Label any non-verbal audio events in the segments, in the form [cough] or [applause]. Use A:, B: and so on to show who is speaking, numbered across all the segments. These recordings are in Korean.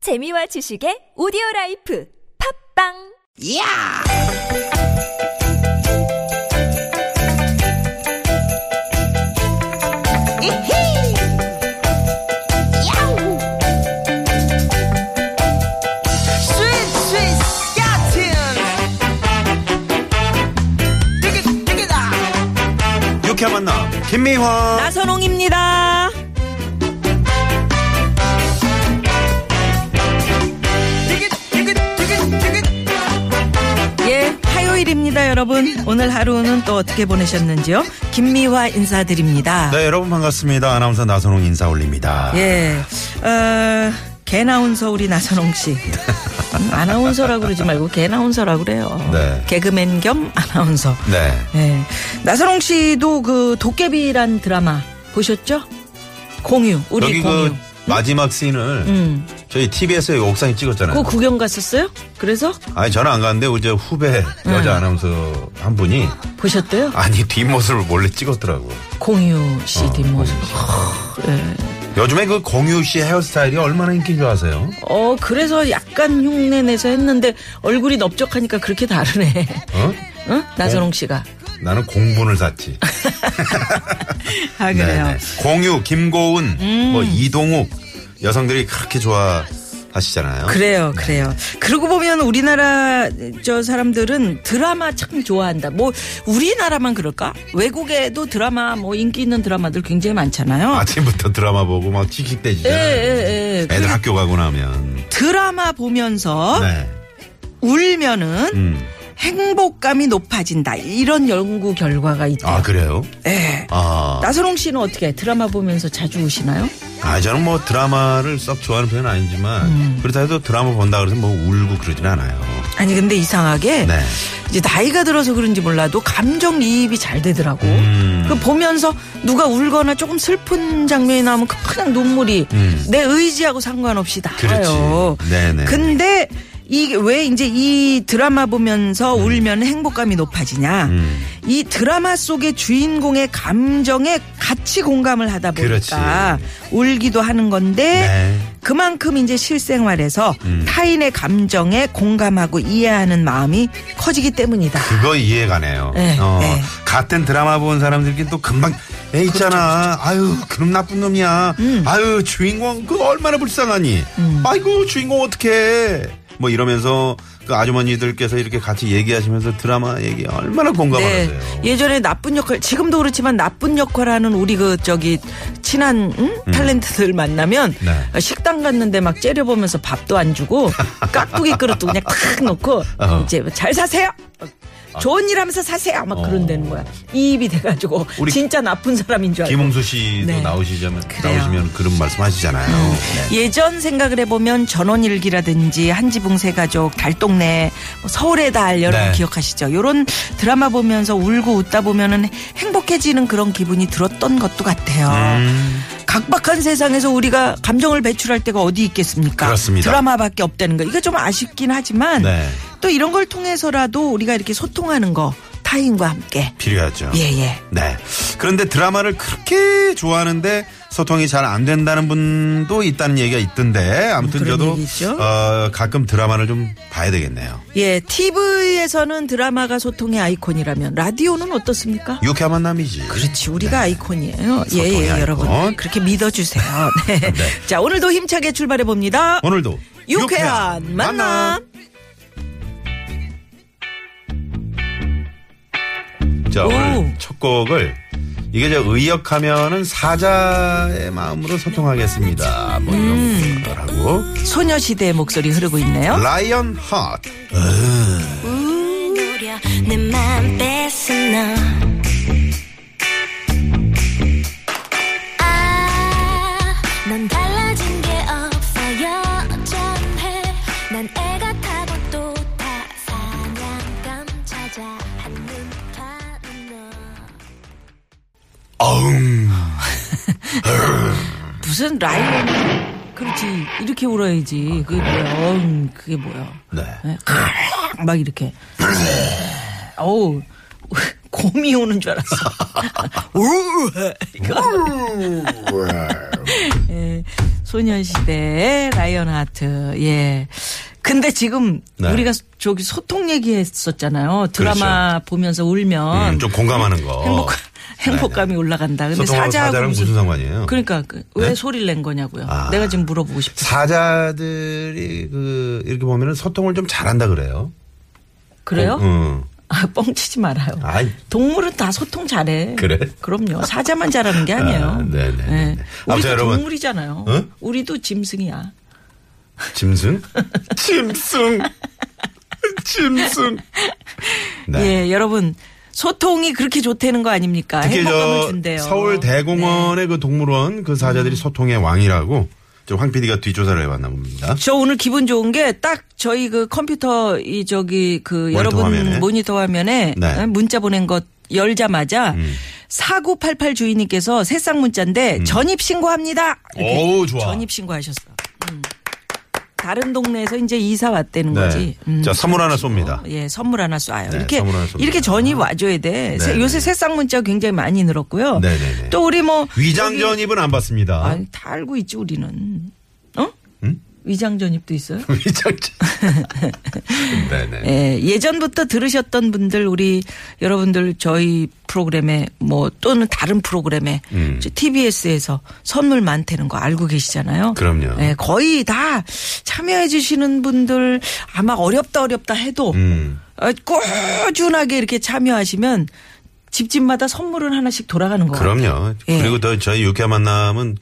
A: 재미와 지식의 오디오 라이프 팝빵!
B: 이야! 이히! 야우! 스윗, 스윗, 야틴! 띠기, 띠기다!
C: 유쾌한 만남 김미화
D: 나선홍입니다.
B: 띠기, 띠기, 띠기, 띠기!
D: 예, 화요일입니다, 여러분. 오늘 하루는 또 어떻게 보내셨는지요? 김미화 인사드립니다.
C: 네 여러분 반갑습니다 아나운서 나선홍 인사 올립니다
D: 예, 어, 개나운서 우리 나선홍 씨. 음, 아나운서라고 그러지 말고 개나운서라고 그래요.
C: 네.
D: 개그맨 겸 아나운서.
C: 네
D: 예. 나선홍 씨도 그 도깨비란 드라마 보셨죠? 공유, 우리
C: 여기
D: 공유.
C: 그 마지막 씬을
D: 음.
C: 저희 TBS에 옥상에 찍었잖아요
D: 그거 구경 갔었어요? 그래서
C: 아니 저는 안 갔는데 이제 후배
D: 음.
C: 여자 아나운서 한 분이
D: 보셨대요?
C: 아니 아, 뒷모습을 몰래 찍었더라고 어,
D: 공유 씨 뒷모습. 아, 예.
C: 요즘에 그 공유 씨 헤어스타일이 얼마나 인기인 줄 아세요?
D: 어, 그래서 약간 흉내 내서 했는데 얼굴이 넓적하니까 그렇게 다르네.
C: 어?
D: 응? 나선홍 씨가.
C: 나는 공분을
D: [laughs]
C: 샀지
D: 아,
C: 네네. 공유 김고은
D: 음.
C: 뭐 이동욱 여성들이 그렇게 좋아하시잖아요
D: 그래요,
C: 네.
D: 그래요. 그러고 보면 우리나라 저 사람들은 드라마 참 좋아한다. 뭐 우리나라만 그럴까? 외국에도 드라마 뭐 인기 있는 드라마들 굉장히
C: [laughs]
D: 많잖아요.
C: 아침부터 드라마 보고 막
D: 예,
C: 찌킥대지잖아요
D: 예, 예.
C: 애들 학교 가고 나면
D: 드라마 보면서
C: 네.
D: 울면은
C: 음.
D: 행복감이 높아진다. 이런 연구 결과가 있대요.
C: 아 그래요?
D: 예.
C: 아,
D: 나선홍 씨는 어떻게 드라마 보면서 자주 우시나요?
C: 아 저는 뭐 드라마를 썩 좋아하는 편은 아니지만
D: 음.
C: 그렇다 해도 드라마 본다 그래서 뭐 울고 그러진 않아요.
D: 아니 근데 이상하게
C: 네.
D: 이제 나이가 들어서 그런지 몰라도 감정 이입이 잘 되더라고.
C: 음.
D: 그 보면서 누가 울거나 조금 슬픈 장면이 나오면 그냥 눈물이
C: 음.
D: 내 의지하고 상관없이 나와요.
C: 그렇지. 네네.
D: 근데 이게 왜 이제 이 드라마 보면서 울면 행복감이 높아지냐?
C: 음.
D: 이 드라마 속의 주인공의 감정에 같이 공감을 하다 보니까 울기도 하는 건데
C: 네.
D: 그만큼 이제 실생활에서
C: 음.
D: 타인의 감정에 공감하고 이해하는 마음이 커지기 때문이다.
C: 그거 이해가네요.
D: 네,
C: 어,
D: 네.
C: 같은 드라마 본 사람들끼리 또 금방 애
D: 그렇죠,
C: 있잖아. 아유 그럼 나쁜 놈이야.
D: 음.
C: 아유 주인공 그 얼마나 불쌍하니. 아이고 주인공 어떡해. 뭐 이러면서 그 아주머니들께서 이렇게 같이 얘기하시면서 드라마 얘기 얼마나 공감을 하세요.
D: 네. 예전에 나쁜 역할, 지금도 그렇지만 나쁜 역할하는 우리 그 저기 친한 응? 탤런트들 만나면
C: 음. 네.
D: 식당 갔는데 막 째려보면서 밥도
C: [laughs]
D: 안 주고 깍두기 그릇도 그냥 탁 놓고
C: 어.
D: 이제 잘 사세요. 좋은 일 하면서 사세요. 막 그런다는 거야. 이입이 돼가지고
C: 우리
D: 진짜 나쁜 사람인 줄 알고.
C: 김홍수 씨도
D: 네.
C: 나오시자면
D: 그래요. 음.
C: 나오시면 그런 말씀하시잖아요. 네.
D: 예전 생각을 해보면 전원일기라든지 한지붕세 가족, 달동네, 뭐 서울의 달 여러분
C: 네.
D: 기억하시죠? 요런 드라마 보면서 울고 웃다 보면은 행복해지는 그런 기분이 들었던 것도 같아요.
C: 음.
D: 각박한 세상에서 우리가 감정을 배출할 데가 어디 있겠습니까?
C: 그렇습니다.
D: 드라마밖에 없다는 거. 이거 좀 아쉽긴 하지만
C: 네.
D: 또 이런 걸 통해서라도 우리가 이렇게 소통하는 거 타인과 함께
C: 필요하죠.
D: 예예.
C: 네. 그런데 드라마를 그렇게 좋아하는데 소통이 잘 안 된다는 분도 있다는 얘기가 있던데 아무튼
D: 그런
C: 저도
D: 얘기죠?
C: 어, 가끔 드라마를 좀 봐야 되겠네요.
D: 예, TV에서는 드라마가 소통의 아이콘이라면 라디오는 어떻습니까?
C: 유쾌한 만남이지. 네.
D: 그렇지 우리가 아이콘이에요. 예,
C: 소통의
D: 예,
C: 아이콘.
D: 여러분 그렇게 믿어주세요. [laughs] 네. 자 오늘도 힘차게 출발해 봅니다.
C: 오늘도
D: 유쾌한 만남.
C: 자, 오늘
D: 오.
C: 첫 곡을 이게 저 의역하면은 사자의 마음으로 소통하겠습니다. 뭐 이런
D: 음.
C: 거라고.
D: 어? 소녀시대의 목소리 흐르고 있네요.
C: 라이언 하트.
E: 노려 내맘 뺏은 너 아, 넌 달라진 게 없어요 전해 난 애가 타고 또 타 사냥감 찾아 안는 파는 너
D: 무슨 라이언? 그렇지 이렇게 울어야지.
C: 아,
D: 그게 뭐야? 어음, 그게 뭐야?
C: 네.
D: 네. 막 이렇게.
C: 네.
D: 어우 [laughs] 곰이 오는
C: [laughs]
D: 줄 알았어. 우. 예, 소년시대 라이언 하트. 예. 근데 지금
C: 네.
D: 우리가 저기 소통 얘기했었잖아요. 드라마 보면서 울면
C: 그렇죠. 음, 좀 공감하는 거.
D: 행복 행복감이 올라간다. 근데
C: 소통하고
D: 사자하고
C: 사자랑 무슨 상관이에요?
D: 그러니까 그왜
C: 네?
D: 소리를 낸 거냐고요.
C: 아.
D: 내가 지금 물어보고 싶어.
C: 사자들이 그 이렇게 보면은 소통을 좀 잘한다 그래요.
D: 그래요?
C: 응.
D: 아, 뻥치지 말아요.
C: 어, 음. 아이.
D: 동물은 다 소통 잘해.
C: 그래?
D: 럼요 사자만 잘하는 게 아니에요.
C: 아, 네네네.
D: 예.
C: 아무튼
D: 우리도
C: 여러분.
D: 동물이잖아요.
C: 응?
D: 우리도 짐승이야. [laughs]
C: 짐승? 짐승. 짐승. 네.
D: 예, 여러분 소통이 그렇게 좋다는 거 아닙니까?
C: 특히
D: 행복감을
C: 저
D: 준대요. 네. 음.
C: 서울 대공원의 그 동물원 그 사자들이 소통의 왕이라고 저황 PD가 뒷조사를 해봤나 봅니다.
D: 저 오늘 기분 좋은 게 딱 저희 그 컴퓨터 이 저기 그
C: 모니터
D: 여러분
C: 화면에.
D: 모니터 화면에 어,
C: 네. 음.
D: 문자 보낸 것 열자마자 4988 주인님께서 새싹 문자인데 전입 신고합니다. 이렇게
C: 오우, 좋아.
D: 전입 신고하셨어. 음. 다른 동네에서 이제 이사 왔다는 거지.
C: 네.
D: 음.
C: 자, 선물 하나 쏩니다.
D: 예, 선물 하나 쏴요.
C: 네,
D: 이렇게
C: 선물 하나 쏩니다.
D: 이렇게 전입 와줘야 돼. 세-
C: 네,
D: 요새
C: 네.
D: 새싹 문자 굉장히 많이 늘었고요.
C: 네, 네, 네.
D: 또 우리 뭐
C: 위장
D: 저기-
C: 전입은 안 받습니다.
D: 아니, 다 알고 있지 우리는. 어? 위장 전입도 있어요?
C: [laughs] 위장
D: [laughs]
C: 전입. 네네.
D: 예, 예전부터 들으셨던 분들 우리 여러분들 저희 프로그램에 뭐 또는 다른 프로그램에
C: 음.
D: TBS에서 선물 많다는 거 알고 계시잖아요.
C: 그럼요.
D: 예, 거의 다 참여해 주시는 분들 아마 어렵다 어렵다 해도
C: 음.
D: 어, 꾸준하게 이렇게 참여하시면 집집마다 선물은 하나씩 돌아가는 거예요.
C: 그럼요.
D: 예.
C: 그리고 더 저희 유쾌한 만남은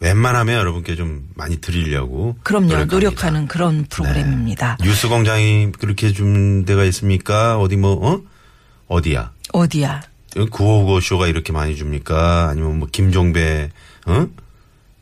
C: 웬만하면 여러분께 좀 많이 드리려고.
D: 그럼요.
C: 노력합니다. 네.
D: 노력하는 그런 프로그램입니다.
C: 뉴스 공장이 그렇게 준 데가 있습니까? 어디 뭐, 어? 어디야?
D: 어디야?
C: 955 쇼가 이렇게 많이 줍니까? 아니면 뭐, 김종배, 응?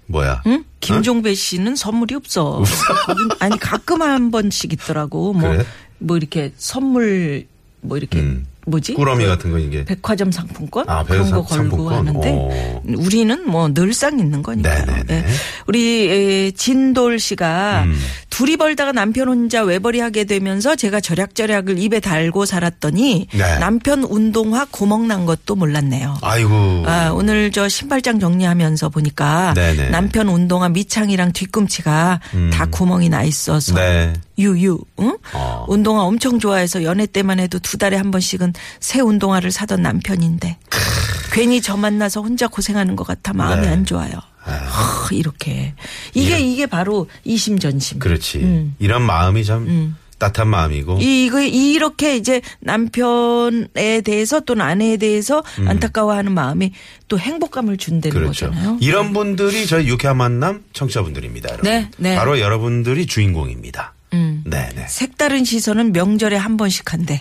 C: 뭐야?
D: 응? 김종배 씨는 선물이 없어. 거긴- 아니 가끔 한 번씩 있더라고. 뭐 뭐
C: 그래?
D: 이렇게 선물 뭐 이렇게
C: 음.
D: 뭐지?
C: 꾸러미 같은 거 이게.
D: 백화점 상품권
C: 아,
D: 그런 거
C: 백화점
D: 걸고
C: 상품권?
D: 하는데
C: 오.
D: 우리는 뭐 늘상 있는 거니까요.
C: 네네네. 음.
D: 예. 우리 에, 진돌 씨가 둘이 벌다가 남편 혼자 외벌이 하게 되면서 제가 절약절약을 입에 달고 살았더니
C: 네.
D: 남편 운동화 구멍 난 것도 몰랐네요.
C: 아이고.
D: 아, 오늘 저 신발장 정리하면서 보니까
C: 네네. 음.
D: 남편 운동화 밑창이랑 뒤꿈치가 다 구멍이 나 있어서
C: 네.
D: 유유 응?
C: 어.
D: 운동화 엄청 좋아해서 연애 때만 해도 두 달에 한 번씩은 새 운동화를 사던 남편인데 괜히 저 만나서 혼자 고생하는 것 같아 마음이
C: 네.
D: 안 좋아요. 하, 이렇게 이게 이게 바로 이심전심.
C: 그렇지. 이런 마음이 참 따뜻한 마음이고.
D: 이, 이거, 이렇게 이제 남편에 대해서 또는 아내에 대해서 안타까워하는 마음이 또 행복감을 준다는
C: 음. 그렇죠.
D: 거잖아요.
C: 이런 분들이 저희 유쾌한 만남 청취자분들입니다. 여러분.
D: 네, 음. 네.
C: 바로 여러분들이 주인공입니다. 네, 네.
D: 색다른 시선은 명절에 한 번씩
C: [laughs]
D: 한대.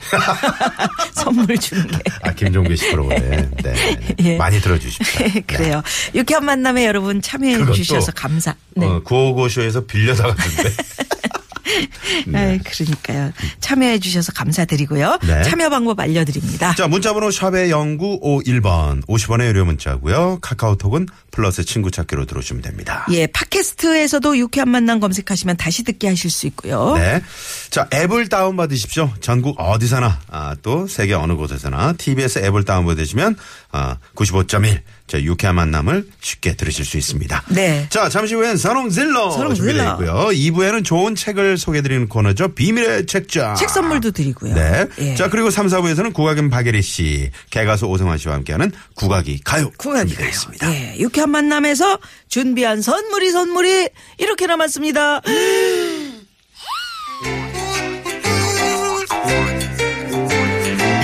D: 선물 주는
C: 아, 김종배 씨
D: [laughs]
C: 프로그램. 네. 네.
D: 예.
C: 많이 들어주십시오.
D: 게. 그래요. 유쾌한 만남에 여러분 참여해
C: 그것도,
D: 주셔서 감사. 네.
C: 어, 955쇼에서 빌려다갔는데.
D: [laughs] 아이, 그러니까요. 참여해 주셔서 감사드리고요.
C: 네.
D: 참여 방법 알려드립니다.
C: 자, 문자번호 샵의 0951번. 50원의 유료 문자고요 카카오톡은 플러스 친구 찾기로 들어오시면 됩니다.
D: 예, 팟캐스트에서도 유쾌한 만남 검색하시면 다시 듣게 하실 수 있고요.
C: 네. 자, 앱을 다운받으십시오. 전국 어디서나, 아, 또 세계 어느 곳에서나 TBS 앱을 다운받으시면, 아, 95.1. 저 유쾌한 만남을 쉽게 들으실 수 있습니다.
D: 네.
C: 자, 잠시 후엔 선홍질러
D: 선홍질러.
C: 준비되어 있고요. 2부에는 좋은 책을 소개해드리는 코너죠. 비밀의 책장.
D: 책 선물도 드리고요.
C: 네.
D: 예.
C: 자, 그리고 3, 4부에서는 국악인 박예리 씨, 개가수 오성환 씨와 함께하는 국악이 가요.
D: 구간이
C: 준비되어
D: 가요.
C: 있습니다.
D: 예, 유쾌한 만남에서 준비한 선물이 선물이 이렇게 남았습니다. 예.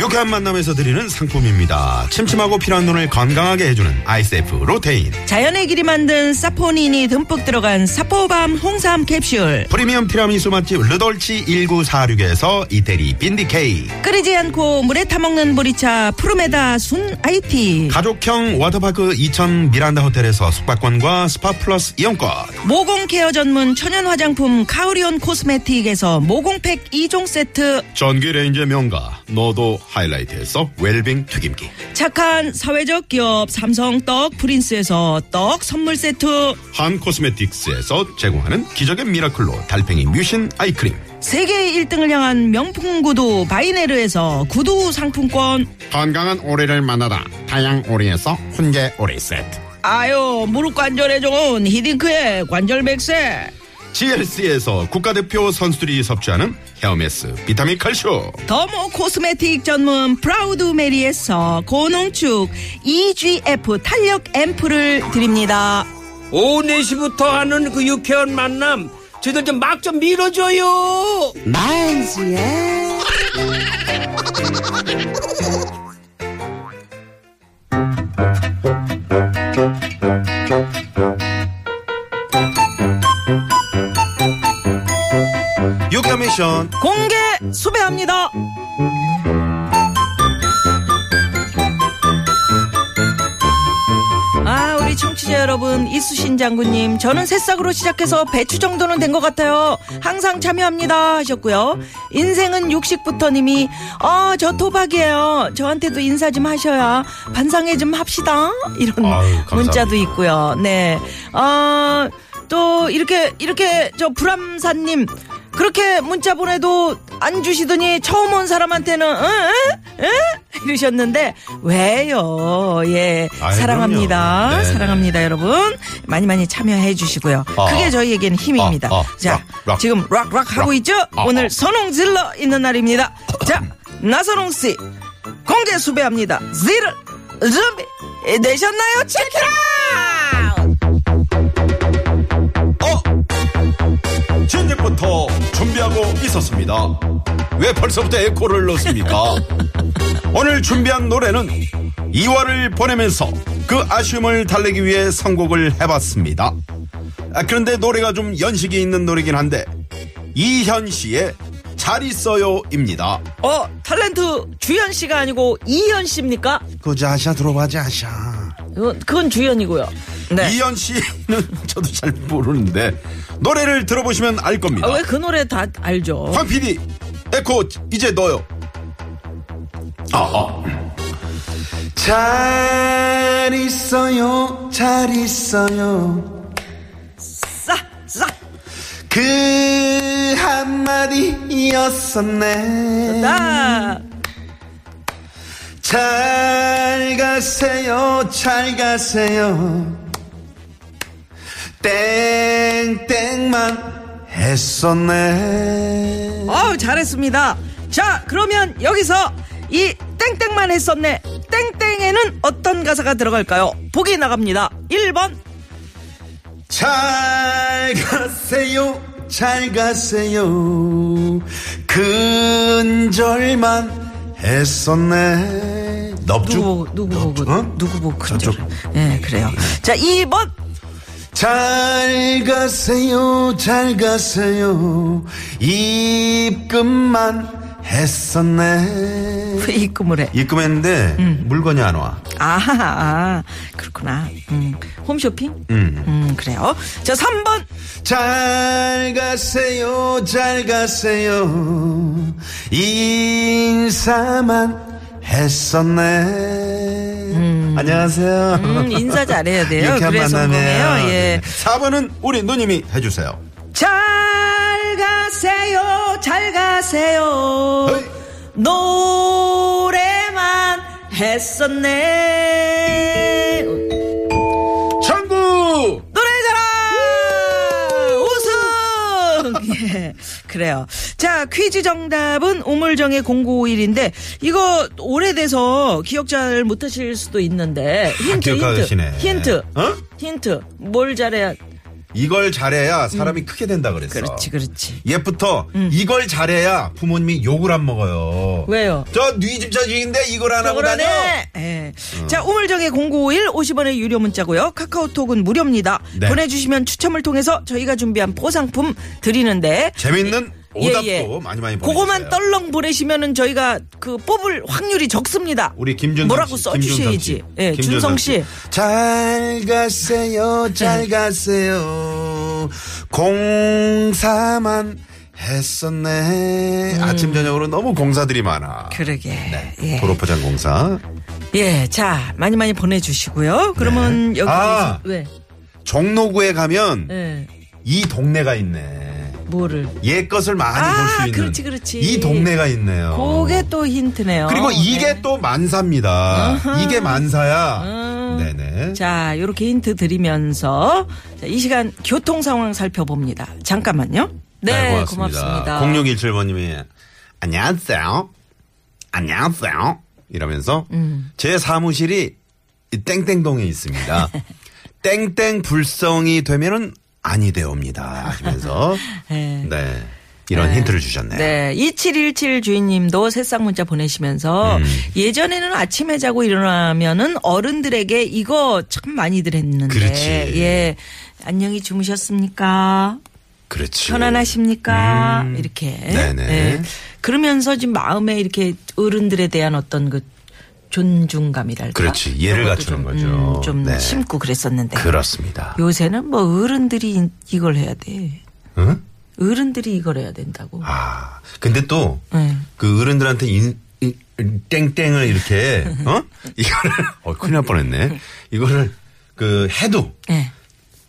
C: 유쾌한 만남에서 드리는 상품입니다. 침침하고 필요한 눈을 건강하게 해주는 아이세프 로테인.
D: 자연의 길이 만든 사포닌이 듬뿍 들어간 사포밤 홍삼 캡슐.
C: 프리미엄 티라미수 맛집 르돌치 1946에서 이태리 빈디케이
D: 끓이지 않고 물에 타먹는 보리차 푸르메다 순 IT.
C: 가족형 워터파크 2000 미란다 호텔에서 숙박권과 스파 플러스 이용권
D: 모공 케어 전문 천연 화장품 카오리온 코스메틱에서 모공팩 2종 세트.
C: 전기 레인지 명가 너도 하이라이트에서 웰빙 튀김기
D: 착한 사회적 기업 삼성 떡 프린스에서 떡 선물 세트.
C: 한 코스메틱스에서 제공하는 기적의 미라클로 달팽이 뮤신 아이크림
D: 세계 1등을 향한 명품 구두 바이네르에서 구두 상품권
F: 건강한 오리를 만나다 다양 오리에서 훈계 오리 세트
D: 아유 무릎 관절에 좋은 히딩크의 관절 백세
C: GLC에서 국가대표 선수들이 섭취하는 헤어메스 비타민 칼쇼
D: 더모 뭐 코스메틱 전문 프라우드 메리에서 고농축 EGF 탄력 앰플을 드립니다.
F: 오후 4시부터 하는 그 유쾌한 만남 저희들 좀 막 좀 밀어줘요
C: 유쾌한 미션
D: 공개 수배합니다. 아, 우리 청취자 여러분, 이수신 장군님, 저는 새싹으로 시작해서 배추 정도는 된 것 같아요. 항상 참여합니다. 하셨고요. 인생은 육식부터님이, 아, 저 토박이에요. 저한테도 인사 좀 하셔야 반상회 좀 합시다. 이런
C: 아유, 감사합니다.
D: 문자도 있고요. 네. 아, 또 이렇게 이렇게 저 불암사님 그렇게 문자 보내도 안 주시더니 처음 온 사람한테는 응? 응? 응? 이러셨는데 왜요? 예
C: 아이,
D: 사랑합니다
C: 그럼요. 네,
D: 사랑합니다 여러분 많이 많이 참여해 주시고요
C: 아,
D: 그게
C: 아.
D: 저희에겐 힘입니다
C: 아, 아,
D: 자
C: 락, 락.
D: 지금 락락 하고
C: 락.
D: 있죠
C: 아,
D: 오늘
C: 아.
D: 선홍 질러 있는 날입니다 자
C: 음.
D: 나선홍 씨 공개 수배합니다 질을 준비 되셨나요 체크라
C: 진작부터 어? 준비하고 있었습니다. 왜 벌써부터 에코를 넣습니까? 오늘 준비한 노래는 이화를 보내면서 그 아쉬움을 달래기 위해 선곡을 해봤습니다. 아, 그런데 노래가 좀 연식이 있는 노래긴 한데 이현 씨의 잘 있어요입니다.
D: 어, 탤런트 주현 씨가 아니고 이현 씨입니까?
C: 그저 아샤 들어봐지 아샤.
D: 그건, 그건 주현이고요. 네.
C: 이현 씨는 [laughs] 저도 잘 모르는데 노래를 들어보시면 알 겁니다.
D: 왜 그 노래 다 알죠?
C: 황 PD, 에코 이제 넣어요. 아, 아.
B: 잘 있어요, 잘 있어요.
D: 싸, 싸.
B: 그 한마디였었네.
D: 나.
B: 잘 가세요, 잘 가세요. 땡땡만 했었네.
D: 어우, 잘했습니다. 자, 그러면 여기서 이 땡땡만 했었네. 땡땡에는 어떤 가사가 들어갈까요? 보기 나갑니다. 1번.
B: 잘 가세요, 잘 가세요. 근절만 했었네.
C: 넙죽?
D: 누구 보고, 누구 보고,
C: 어?
D: 누구 보고.
C: 저쪽.
D: 그죠? 예, 그래요. 자, 2번.
B: 잘 가세요, 잘 가세요. 입금만 했었네.
D: 왜 음. 입금을 해?
C: 입금했는데 물건이 안 와.
D: 아하, 아, 그렇구나. 음, 홈쇼핑? 음. 그래요. 자, 3번.
B: 잘 가세요, 잘 가세요. 인사만 했었네. 안녕하세요.
D: 음, 인사 잘해야 돼요.
C: 유쾌한
D: 그래서 성공해요.
C: 네.
D: 예.
C: 4번은 우리 누님이 해주세요.
D: 잘 가세요, 잘 가세요.
C: 어이.
D: 노래만 했었네.
C: 전국!
D: 노래자랑! 우승! [laughs] 예, 그래요. 자, 퀴즈 정답은 우물정의 0951인데, 이거 오래돼서 기억 잘 못하실 수도 있는데, 힌트,
C: 기억하시네.
D: 힌트. 힌트.
C: 어?
D: 힌트. 뭘 잘해야.
C: 이걸 잘해야 사람이 크게 된다 그랬어.
D: 그렇지, 음. 그렇지.
C: 옛부터 이걸 잘해야 부모님이 욕을 안 먹어요.
D: 왜요?
C: 저뉘집 자식인데 이걸 안 하고 다녀? 음.
D: 그러네. 예. 자, 우물정의 0951 50원의 유료 문자고요. 카카오톡은 무료입니다.
C: 네.
D: 보내주시면 추첨을 통해서 저희가 준비한 보상품 드리는데
C: 재밌는
D: 예,
C: 오답도
D: 예.
C: 많이 많이 보내주세요.
D: 그거만 떨렁 보내시면은 저희가 그 뽑을 확률이 적습니다.
C: 우리 김준성
D: 뭐라고
C: 씨,
D: 써주셔야지.
C: 김준성 씨.
D: 예, 준성
C: 김준성
D: 씨. 예.
C: 씨.
B: 잘 가세요, 잘 가세요. 공사만 했었네.
C: 아침 저녁으로 너무 공사들이 많아.
D: 음. 그러게.
C: 네,
D: 예.
C: 도로포장 공사.
D: 예, 자 많이 많이 보내주시고요. 그러면 여기
C: 아.
D: 왜?
C: 종로구에 가면
D: 예,
C: 이 동네가 있네.
D: 뭐를?
C: 옛 것을 많이
D: 아,
C: 볼 수 있는
D: 그렇지, 그렇지.
C: 이 동네가 있네요.
D: 그게 또 힌트네요.
C: 그리고 어. 이게
D: 네.
C: 또 만사입니다. 이게 만사야.
D: 아.
C: 네네.
D: 자, 요렇게 힌트 드리면서 자, 이 시간 교통 상황 살펴봅니다. 잠깐만요. 네, 고맙습니다.
C: 0617번님이 안녕하세요. 안녕하세요. 이러면서
D: 음.
C: 제 사무실이 이 땡땡동에
D: [laughs]
C: 있습니다. 땡땡 불성이 되면은 아니 되옵니다. 하시면서
D: [laughs] 네.
C: 네. 이런 힌트를 주셨네요.
D: 네, 2717 주인님도 새싹 문자 보내시면서 예전에는 아침에 자고 일어나면은 어른들에게 이거 참 많이들 했는데
C: 그렇지.
D: 예. 안녕히 주무셨습니까?
C: 그렇지. 음.
D: 편안하십니까? 이렇게.
C: 네네.
D: 예. 그러면서 지금 마음에 이렇게 어른들에 대한 어떤 그 존중감이랄까?
C: 그렇지. 예를
D: 그것도
C: 갖추는
D: 좀,
C: 거죠.
D: 음, 좀
C: 네.
D: 심고 그랬었는데.
C: 그렇습니다.
D: 요새는 뭐 어른들이 인- 이걸 해야 돼.
C: 응?
D: 어른들이 이걸 해야 된다고.
C: 아, 근데 또,
D: 네.
C: 그 어른들한테 인, 인- 땡땡을 이렇게, 어? 이거를, 어, 큰일 날 뻔했네. 이거를, 그, 해도,
D: 예.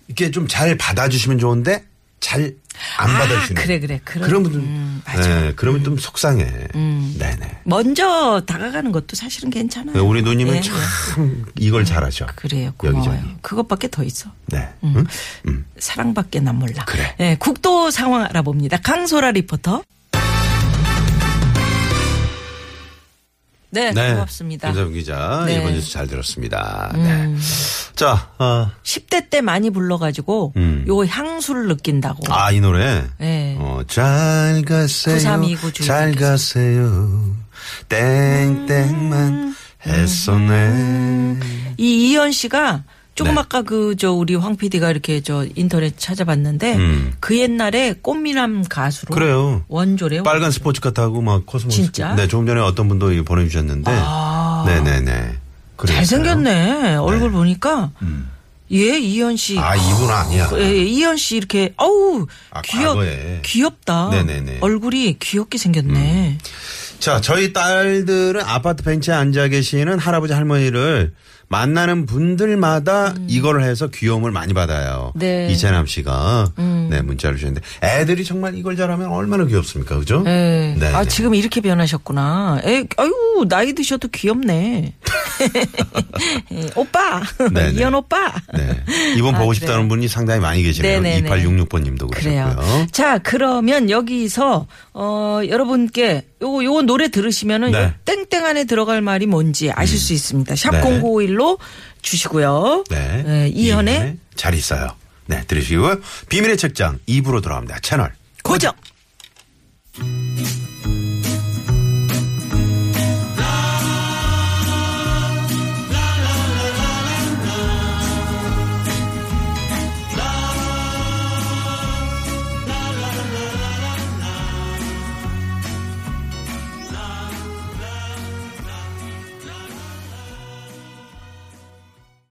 C: 이렇게 좀 잘 받아주시면 좋은데, 잘 안 받아주시는.
D: 그래, 그래. 그런-
C: 그런 분들,
D: 음, 맞아.
C: 네, 그러면 좀 속상해. 네네.
D: 먼저 다가가는 것도 사실은 괜찮아요.
C: 네, 우리 누님은
D: 예, 예. 아,
C: 참 이걸 잘하셔.
D: 그래요. 고마워요.
C: 여기저기.
D: 그것밖에 더 있어.
C: 네. 응? 음.
D: 사랑밖에 난 몰라.
C: 그래.
D: 예, 국도 상황 알아봅니다. 강소라 리포터. 네, 고맙습니다.
C: 김 기자,
D: 네. 음.
C: 이번 뉴스 잘 들었습니다. 네. 자, 어,
D: 10대 때 많이 불러가지고
C: 음.
D: 요 향수를 느낀다고.
C: 아, 이 노래?
D: 네.
C: 어, 잘 가세요.
D: 9329 주인님께서.
C: 잘 가세요.
D: 음.
C: 땡땡만 했었네.
D: 이 이현 씨가 조금
C: 네.
D: 아까 그 저 우리 황 PD가 이렇게 저 인터넷 찾아봤는데
C: 음.
D: 그 옛날에 꽃미남 가수로
C: 그래요.
D: 원조래요.
C: 어, 빨간 스포츠카 타고 막 코스모스.
D: 진짜? 아.
C: 네, 조금 전에 어떤 분도 이거 보내주셨는데. 네네네. 그래요. 음.
D: 잘생겼네. 얼굴 보니까. 예, 이현 씨.
C: 아, 이분 아니야.
D: 예, 예, 이현 씨 이렇게 어우
C: 아,
D: 귀엽
C: 과거에.
D: 귀엽다.
C: 네네네.
D: 얼굴이 귀엽게 생겼네.
C: 자, 저희 딸들은 아파트 벤치에 앉아 계시는 할아버지 할머니를 만나는 분들마다 이걸 해서 귀여움을 많이 받아요.
D: 음. 네. 음.
C: 이재남 씨가 네 문자를 주셨는데 애들이 정말 이걸 잘하면 얼마나 귀엽습니까, 그죠?
D: 예.
C: 네.
D: 아 지금 이렇게 변하셨구나. 에, 아유 나이 드셔도 귀엽네. [laughs] 예, 오빠
C: 네네.
D: 이현 오빠.
C: 네. 이번
D: 아,
C: 보고
D: 그래요?
C: 싶다는 분이 상당히 많이 계시네요.
D: 네네네.
C: 2866번님도
D: 그래요.
C: 그러셨고요.
D: 자 그러면 여기서 어 여러분께 요거 요거 노래 들으시면은
C: 네.
D: 요 땡땡 안에 들어갈 말이 뭔지 아실 수 있습니다. 샵
C: 네.
D: 0951로 주시고요.
C: 네.
D: 예, 이현의
C: 이현의 잘 있어요. 네, 들으시고요. 비밀의 책장 2부로 돌아옵니다. 채널
D: 고정.